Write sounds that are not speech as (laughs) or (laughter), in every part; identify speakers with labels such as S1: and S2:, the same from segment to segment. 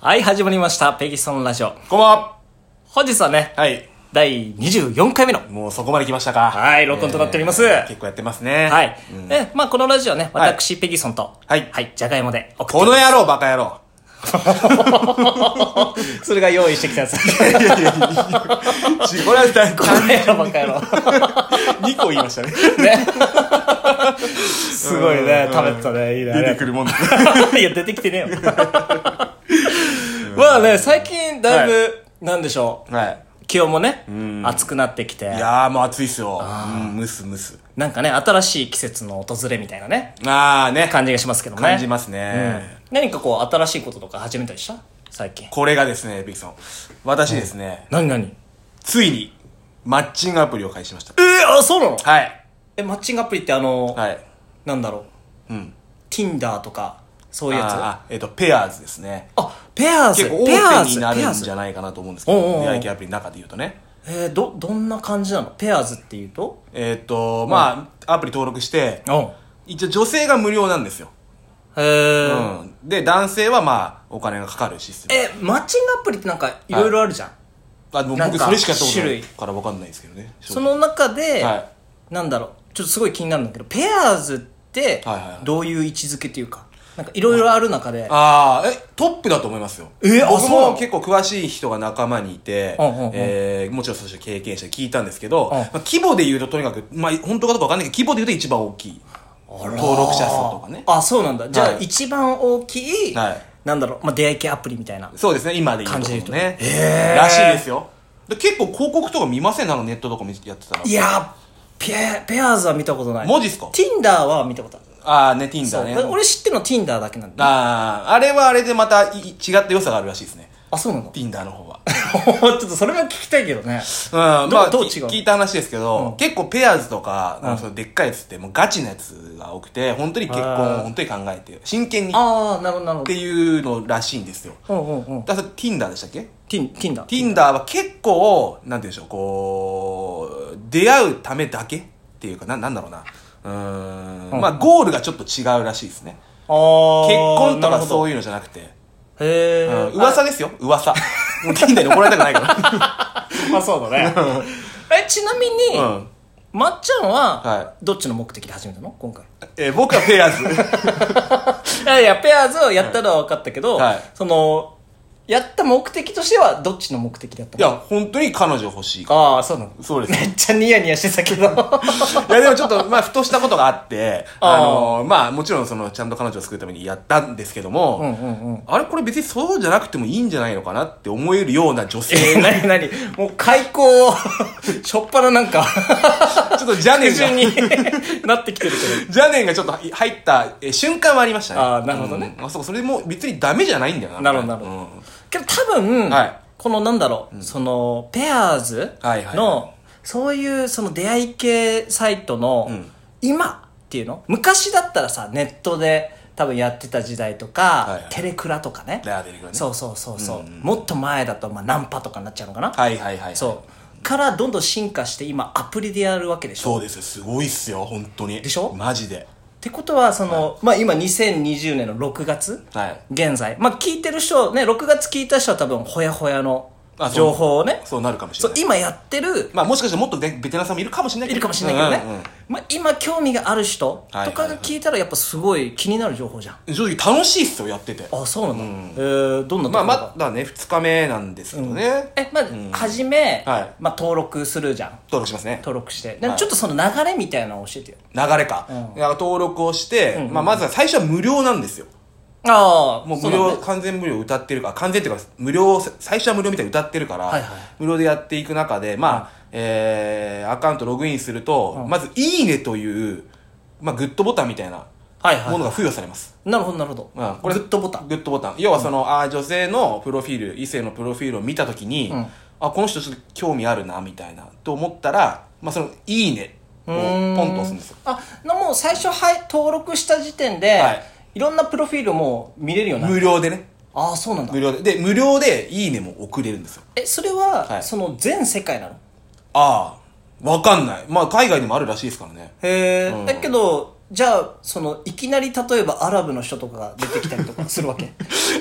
S1: はい、始まりました。ペギソンラジオ。
S2: こんばんは。
S1: 本日はね、
S2: はい。
S1: 第24回目の、
S2: もうそこまで来ましたか。
S1: はい録音となっております
S2: 結構やってますね。
S1: はい。
S2: うん
S1: え、まあこのラジオはね、
S2: はい
S1: 私、ペギソンと、
S2: はい
S1: はい、じゃがいもで送
S2: この野郎、バカ野郎。
S1: って、それが用意してきたや (laughs) つ。
S2: いやいやいやいやちこれは
S1: (laughs)
S2: 単
S1: これやばかやろ。
S2: 2個言いましたね。
S1: ね。すごいね
S2: う、ん
S1: 食べてたね、いいね。
S2: 出てく
S1: (laughs)
S2: るもんだ。
S1: いや、出てきてねえよ。まあね、最近だいぶ、
S2: は
S1: なんでしょ
S2: はい。
S1: う、気温もね、暑くなってきて
S2: い、やーもう暑いっすよ。うん、ムスムス。
S1: なんかね、新しい季節の訪れみたいなね、
S2: あーね。
S1: 感じがしますけどね。
S2: 感じます
S1: うん
S2: ね。
S1: 何かこう、新しいこととか始めたりした最近。
S2: これがですね、ビクソン。私ですね、
S1: 何何
S2: ついに、マッチングアプリを開始しました。
S1: えー、あ、そうなの
S2: はい。
S1: え、マッチングアプリってあの、
S2: はい。
S1: なんだろう。
S2: うん。
S1: Tinder とか、そういうやつ。あ
S2: あー、えっと、ペアーズですね。
S1: ペアーズ。
S2: 結構オー
S1: ペアー
S2: プンに
S1: ズ。
S2: な
S1: ペア
S2: る
S1: ー
S2: んじ
S1: ズ。
S2: ゃないかなと思うんですけ
S1: おうおうお
S2: ど、
S1: う
S2: 出会い系アプリの中で言うとね。
S1: えー、ど、どんな感じなのペアーズっていうと
S2: えーっと、まあ、アプリ登録して、
S1: うん。
S2: 一応女性が無料なんですよ。
S1: えー、
S2: うん。で、男性はまあ、お金がかかるシステム。
S1: え、マッチングアプリってなんかいろいろあるじゃん。
S2: あ、でも
S1: なんか
S2: 僕それしかやったことな
S1: 種
S2: い
S1: 類
S2: からわかんないですけどね。
S1: その中で、
S2: は
S1: なんだろう、ちょっとすごい気になるんだけど、ペアーズって
S2: はいはいは、い
S1: どういう位置づけっていうか、なんかいろいろある中で、
S2: ああ、え、トップだと思いますよ。
S1: えあ
S2: 僕
S1: そうなの
S2: も結構詳しい人が仲間にいて、
S1: うんうんうん
S2: えーもちろんそして経験者に聞いたんですけど、
S1: うん
S2: まあ、規模で言うととにかく、まあ、本当かどうかわかんないけど、規模で言うと一番大きい。登録者数とかね。
S1: あ、そうなんだ。じゃあ、
S2: はい
S1: 一番大きい、
S2: はい
S1: なんだろう、まあ、出会い系アプリみたいな。
S2: そうですね、今で言うとこ
S1: 感
S2: ろ
S1: じ
S2: の
S1: ると
S2: ね。らしいですよ。で結構広告とか見ませんなんかネットとか見やってたら
S1: い。やー、ペ、ペアーズは見たことない。
S2: 文字っすか
S1: ?Tinder は見たことある。
S2: ああ、ね、ティン
S1: そ
S2: ダ
S1: う。
S2: ね。
S1: 俺知ってるの Tinder だけなんだ。
S2: ああ、あれはあれでまたい違った良さがあるらしいですね。
S1: あ、そうなの
S2: ティンダの方は。
S1: ちょっとそれも聞きたいけどね。
S2: うん、
S1: (laughs) ど
S2: まあ、
S1: どう違う
S2: き聞いた話ですけど、結構ペアーズとか、なんかそのでっかいやつってもうガチなやつが多くて、本当に結
S1: あ
S2: 婚
S1: ー
S2: を本当に考えて、真剣にっ
S1: あー、なるほど、なるほ
S2: ていうのらしいんですよ。
S1: ど。うんうんうん。
S2: だからティンダーでしたっけ
S1: Tin- Tinder。
S2: ティンダーは結構、なんて言うんでしょう、こう、出会うためだけっていうか、な、なんだろうな。うー
S1: うん
S2: ん、まあ、ゴールがちょっと違うらしいですね。
S1: あー
S2: 結婚とか
S1: う。
S2: そういうのじゃなくて。
S1: へえ、
S2: うん噂ですよ、噂。 (laughs) もう近代に怒られたくないから。
S1: あ (laughs) まあそうだね。え、ちなみ (laughs) に、
S2: うん
S1: まっちゃんは、
S2: は
S1: どっちの目的で始めたの今回。
S2: えー僕はペアー
S1: (laughs)
S2: ズ。
S1: いやいや、ペアーズをやったのは分かったけど、
S2: はい
S1: その、やった目的としては、どっちの目的だった
S2: い
S1: の
S2: や、本当に彼女欲しいか
S1: ああ、そうなの
S2: ら。そうです
S1: (laughs) め。っちゃニヤニヤしてたけど。
S2: いや、でもちょっと、まあ、ふとしたことがあって、
S1: あ
S2: あ
S1: ー
S2: のーまあ、もちろん、その、ちゃんと彼女を作るためにやったんですけども、
S1: うんうんうん。
S2: あれ、これ別にそうじゃなくてもいいんじゃないのかなって思 (laughs) えるような女
S1: (laughs)
S2: 性
S1: え
S2: が、
S1: なになにもう開口を、しょっぱななんか、
S2: ちょっと邪
S1: (laughs) 手
S2: 念
S1: 順
S2: が、
S1: になってきてるけ
S2: 邪念がちょっと入ったえー瞬間はありましたね。
S1: あーなるほどね
S2: うんあ、そう、それも別にダメじゃないんだよな。
S1: なるほどなるほど
S2: うん
S1: ど。けど多分、
S2: はい
S1: このなんだろう、その、ペアーズの、
S2: はいはいは
S1: そういうその出会い系サイトの、
S2: ん
S1: 今っていうの昔だったらさ、ネットで多分やってた時代とか、
S2: はいはい
S1: テレクラとかね。
S2: であ出てくるね
S1: そうそうそうそう、もっと前だと、まあ、ナンパとかになっちゃうのかな、
S2: はいはいはい。
S1: そうからどんどん進化して今アプリでやるわけでしょ
S2: そうですよ、すごいっすよ、本当に。
S1: でしょ
S2: マジで。
S1: ってことはその、まあ、今2020年の6月、
S2: はい
S1: 現在、まあ、聞いてる人、ね、6月聞いた人は多分ほやほやの
S2: あそう
S1: 情報をね
S2: そうなるかもし
S1: そ
S2: れ
S1: う
S2: ない。
S1: 今やってる、
S2: まあもしかしたらもっとね、ベテランさんもいるかもしれない
S1: いるかもしれないけどね、
S2: うんうんうん
S1: まあ、今興味がある人とかが聞いたらやっぱすごい気になる情報じゃん、
S2: 正直楽しいっすよ、やってて。
S1: あそうなの、えーどんなとこ
S2: まあ
S1: ろが、
S2: まだね、2日目なんですけどね。
S1: えまず、初め、
S2: はい
S1: まあ、登録するじゃん
S2: 登録しますね。
S1: 登録して、で
S2: はい
S1: ちょっとその流れみたいなのを教えてよ
S2: 流れか。だから登録をして、まあまずは最初は無料なんですよ。
S1: ああ
S2: もう無料、完全無料歌ってるから、完全っていうか、無料、最初は無料みたいに歌ってるから、
S1: はいはい
S2: 無料でやっていく中で、まあ、えー、アカウントログインすると、まず、いいねという、まあ、グッドボタンみたいな
S1: はいはい
S2: ものが付与されます。
S1: なるほどなるほど、
S2: うんこれ
S1: グッドボタン
S2: グッドボタン。要はその、あー女性のプロフィール、異性のプロフィールを見たときに、あ、この人ちょっと興味あるな、みたいな、と思ったら、まあその、いいねをポンと押すんですよ。
S1: あなもう最初はい登録した時点で、
S2: はいい、
S1: ろんなプロフィールも見れるようにな
S2: 無料でね。
S1: ああそうなんだ
S2: 無料で。で、無料でいいねも送れるんですよ。
S1: えそれは、
S2: はい
S1: その全世界なの (laughs)
S2: ああ、わかんない。まあ海外でもあるらしいですからね。
S1: へえ、だけどじゃあそのいきなり例えばアラブの人とかが出てきたりとかするわ
S2: (laughs)
S1: け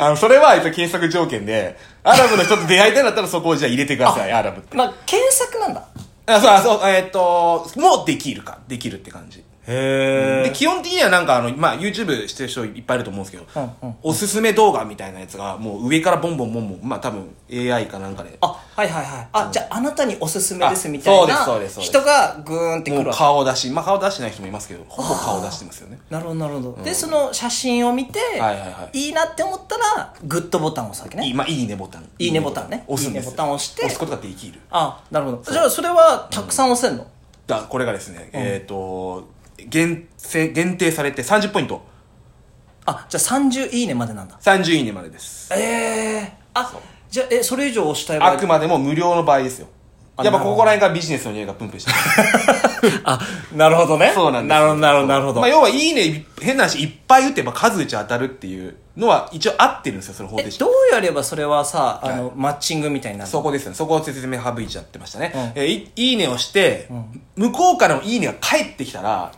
S2: あの、それは、えっと、検索条件で、アラブの人と出会いたいんだったらそこをじゃあ入れてください、アラブって。
S1: まあ検索なんだ
S2: あ、そう、あそう、えっと、もうできるか、できるって感じ。
S1: へ
S2: で、基本的にはなんかあの、まあ、YouTube してる人いっぱいいると思うんですけど、
S1: うんうん
S2: おすすめ動画みたいなやつが、もう上からボンボンボンボン、まあ、多分 AI かなんかで、
S1: あはいはいはいあ、じゃああなたにおすすめです
S2: あ
S1: みたいな
S2: そうですそうですそうです
S1: 人がグーンってく
S2: も
S1: る
S2: う
S1: わけ
S2: 顔出し、まあ、顔出してない人もいますけど、ほぼ顔出してますよね。
S1: なるほどなるほど、でその写真を見て、い
S2: はいはいはい
S1: なって思ったらグッドボタンを押すわけね
S2: いい、まあ、いいねボタン。
S1: いいねボタンね
S2: 押すんですよ
S1: いいねボタンを押して
S2: 押すことができる。
S1: あなるほどじゃあそれはたくさん押せんの、
S2: だこれがですね、えっ、と限せ限定されて30ポイント
S1: あじゃあ30いいねまでなんだ
S2: 30いいねまでです
S1: ええあじゃあえそれ以上押したい場合
S2: あくまでも無料の場合ですよ
S1: あ
S2: やっぱ
S1: なるほ
S2: こ
S1: ど
S2: こら辺がビジネスの匂いがプンプンしてる
S1: あなるほどね
S2: そうなんです
S1: なるほどなるほどなるほど、
S2: まあ、要はいいね変な話いっぱい打てば数打ち当たるっていうのは一応合ってるんですよその
S1: え
S2: 方程式
S1: どうやればそれはさあの、マッチングみたいになるの
S2: そこですねそこを説明省いちゃってましたね、
S1: う
S2: えーいいいねをして、向こうからのいいねが返ってきたら、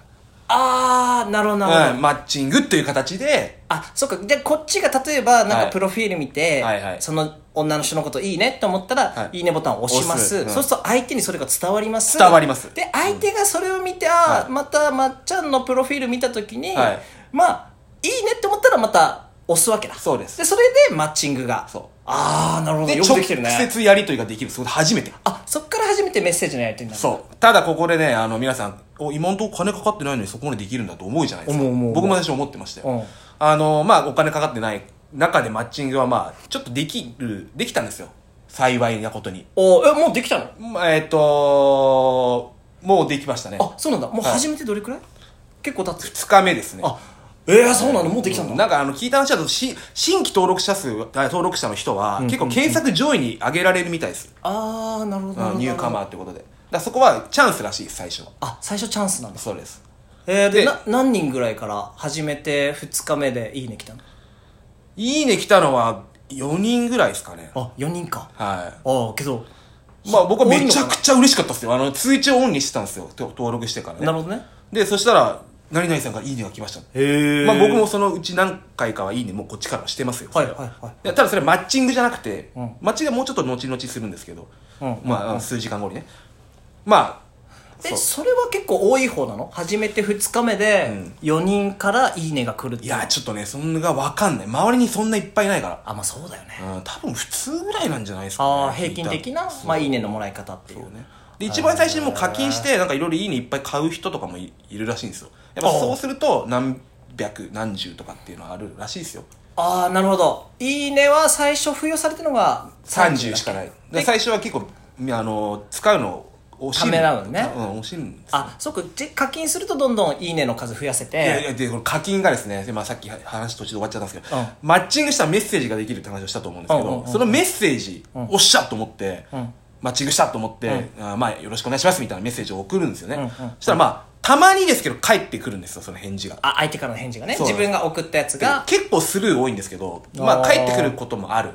S1: ああなるほどなるほど、
S2: うんマッチングという形で
S1: あそっかじゃあこっちが例えばなん
S2: は
S1: か
S2: い
S1: プロフィール見て、
S2: はいはい
S1: その女の人のこといいねって思ったら、
S2: はい
S1: い、いねボタンを押します
S2: 押すうん
S1: そうすると相手にそれが伝わります
S2: 伝わります
S1: で相手がそれを見て、ああまたまっちゃんのプロフィール見た時に、
S2: はい
S1: まあいいねって思ったらまた押すわけだ
S2: そうです
S1: でそれでマッチングが
S2: そう
S1: ああなるほど
S2: で
S1: よく
S2: 直
S1: できてるね
S2: 接やり取りができるそこで初めて
S1: あそっから初めてメッセージのやり取りになる
S2: そう。ただここでね、あの皆さん、お、今んとこ金かかってないのにそこまでできるんだと思うじゃないですか。
S1: 思う思う思う
S2: 僕も私思ってましたよ。
S1: うん
S2: あの、まあお金かかってない中でマッチングはまあちょっとできる、できたんですよ。幸いなことに。
S1: おえもうできたの
S2: まあえっ、ともうできましたね。
S1: あそうなんだもう
S2: はい
S1: 初めてどれくらい、結構経つ
S2: 2日目ですね。
S1: あええそうなんだもうできたんだ、
S2: なんかあの聞いた話だとし新規登録者数あ登録者の人は結構検索上位に上げられるみたいです、
S1: ああなるほどなるほ
S2: うん
S1: ど
S2: ニューカマーってことでだからそこはチャンスらしいです最初は
S1: あ最初チャンスなんだ
S2: そうです
S1: えー、
S2: で
S1: でな何人ぐらいから始めて2日目で「いいね」来たの
S2: いいね来たのは4人ぐらいですかね。
S1: あ四4人か
S2: は
S1: ああけど
S2: い。まあ僕はめちゃくちゃ嬉しかったですよ。あの、通知をオンにしてたんですよ。と登録してから
S1: な
S2: ね。
S1: るほどね
S2: で、そしたら、何々さんからいいねが来ました。
S1: へ
S2: まあ僕もそのうち何回かはいいねもうこっちからしてますよ。
S1: はいはいはい
S2: いやただそれマッチングじゃなくて、
S1: うん
S2: マッチングはもうちょっと後々するんですけど、
S1: うん
S2: まあ数時間後にね。まあ、
S1: え
S2: そう
S1: それは結構多い方なの初めて2日目で4人から「いいね」が来るって
S2: い
S1: いうのは
S2: や、ちょっとね、そんなわかんない。周りにそんないっぱいいないから。
S1: あまあそうだよね
S2: うん、多分普通ぐらいなんじゃないですか、ね。
S1: ああ平均的な
S2: そう
S1: まあ「いいね」のもらい方っていう
S2: ねで一番最初にもう課金してなんかいろいろいいねいっぱい買う人とかもいいるらしいんですよやっぱ
S1: ああ
S2: そうすると何百何十とかっていうのはあるらしいですよ
S1: ああなるほど「いいね」は最初付与されてるのが
S2: 30しかないで
S1: で
S2: 最初は結構みあの使うのを惜し
S1: た
S2: む
S1: めらうのね
S2: うん惜しむんですよ
S1: あそっかで課金するとどんどん「いいね」の数増やせて
S2: いやいやでこれ課金がですね、まあ、さっき話途中で終わっちゃったんですけど、
S1: うん
S2: マッチングしたらメッセージができるって話をしたと思うんですけど、
S1: うんうんうんうん
S2: そのメッセージ、おっしゃと思って、
S1: ん
S2: マッチングしたと思って、あーまあよろしくお願いしますみたいなメッセージを送るんですよね、
S1: んうん
S2: そしたらまあたまにですけど返ってくるんですよその返事が
S1: あ相手からの返事がね
S2: そう
S1: 自分が送ったやつが
S2: 結構スルー多いんですけど、まあ、
S1: あー
S2: 帰ってくることもある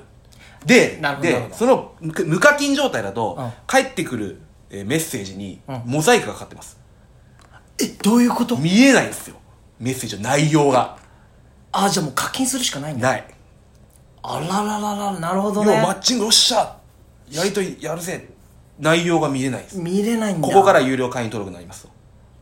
S2: で
S1: なるほどなる
S2: で
S1: ほど
S2: その無無課金状態だと、
S1: うん
S2: 帰ってくるえーメッセージに
S1: うん
S2: モザイクがかかってます、
S1: えどういうこと
S2: 見えないんですよメッセージの内容が
S1: あじゃあもう課金するしかないんだ
S2: ない、
S1: あららららなるほ
S2: 要
S1: ど
S2: はマ
S1: ね
S2: ッチングおっしゃやりとりやるぜ内容が見えないです
S1: 見れないんだ
S2: ここから有料会員登録になります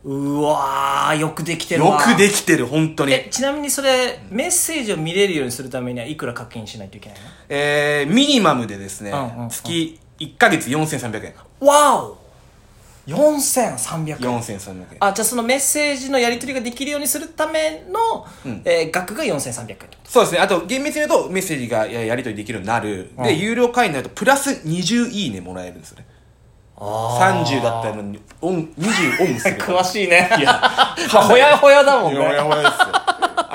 S1: うわーよくできて
S2: よ
S1: るわ
S2: くできてる本当に
S1: えちなみにそれメッセージを見れるようにするためにはいくら課金しないといけない
S2: えーミニマムでですね、
S1: うんうんうん
S2: 月1ヶ月4300円
S1: のわお4300円
S2: 4300円
S1: あじゃあそのメッセージのやり取りができるようにするための、えー額が4300円ってこと
S2: そうですね。あと、厳密に言うと、メッセージがややり取りできるようになる。で、有料会員になると、プラス20いいねもらえるんですよね。30だったのに、オン、20オンす
S1: (laughs)
S2: る。
S1: 詳しいね
S2: いや、
S1: まあほやほやだもん
S2: ほや
S1: ね
S2: ほやですよ。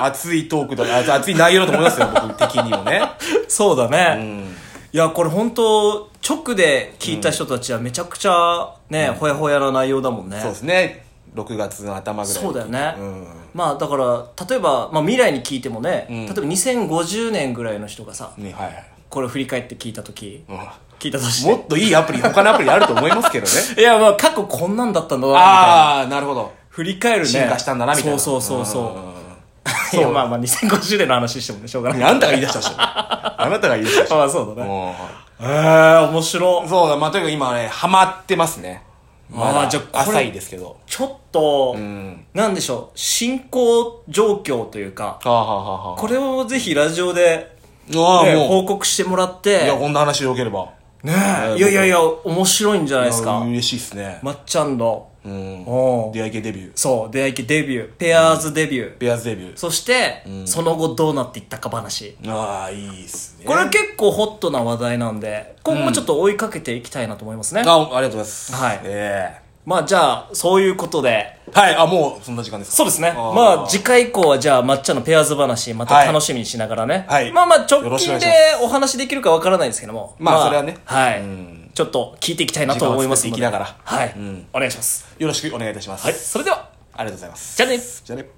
S2: 熱いトークだ、あ熱い内容だと思いますよ、僕的にもね。
S1: (laughs) そうだね、
S2: うん。
S1: いやこれ本当直で聞いた人たちはめちゃくちゃね、ほやほやな内容だもんね
S2: そうですね。6月の頭ぐらいに。
S1: そうだよね、
S2: うん。
S1: まあだから例えば、まあ、未来に聞いてもね、例えば2050年ぐらいの人がさ
S2: ね、はいはい。
S1: これ振り返って聞いた時、
S2: うん
S1: 聞いたとして
S2: もっといいアプリ、他のアプリあると思いますけどね。
S1: (laughs) いやまあ過去こんなんだったんだなみたいな
S2: あー、なるほど。
S1: 振り返るね。
S2: 進化したんだなみたいな
S1: そうそうそうそう。(laughs)
S2: う
S1: い
S2: ん
S1: や、まあまあ、2050年の話してもね、しょうがない。
S2: あんたが言い出し
S1: (laughs)
S2: たしあなたが言い出したし
S1: ああ、そうだね。
S2: も
S1: えー、面白
S2: う。そうだまあとにかく今ねハマってますねま
S1: あ
S2: だ
S1: ーじゃあこれ
S2: 浅いですけど
S1: ちょっと、
S2: うん
S1: なんでしょう、進行状況というか、
S2: はあはあはあはあ
S1: これをぜひラジオで、
S2: ああ
S1: ね
S2: も
S1: 報告してもらっ
S2: ういや
S1: て、
S2: こんな話でよければ
S1: ねえいやいやいや、面白いんじゃないですか
S2: いや。嬉しいですね
S1: まっちゃんの、
S2: うん
S1: おう
S2: 出会い系デビュー
S1: そう、出会い系デビュー、ペアーズデビュー、
S2: ベアーズデビュー
S1: そして、その後どうなっていったか話。
S2: ああいいっすね
S1: これ結構ホットな話題なんで、今後もちょっと追いかけていきたいなと思いますね。
S2: あありがとうございます
S1: はい
S2: え
S1: まあじゃあ、そういうことで、
S2: えはいあもうそんな時間ですか
S1: そうですね。
S2: あー
S1: まあ、次回以降はじゃあ、抹茶のペアーズ話、また楽しみにしながらね。
S2: はい
S1: まあまあ、
S2: よ
S1: 直
S2: ろしくお願
S1: 近
S2: い
S1: で
S2: しま
S1: お話できるかわからないですけども。
S2: まあそれはね
S1: はい、
S2: うん
S1: ちょっと聞いていきたいなと思いますので。
S2: 時間を作っていきながら
S1: はい、
S2: うん
S1: お願いします。
S2: よろしくお願いいたします
S1: はい。それでは、
S2: ありがとうございます
S1: じゃあね。
S2: じゃあね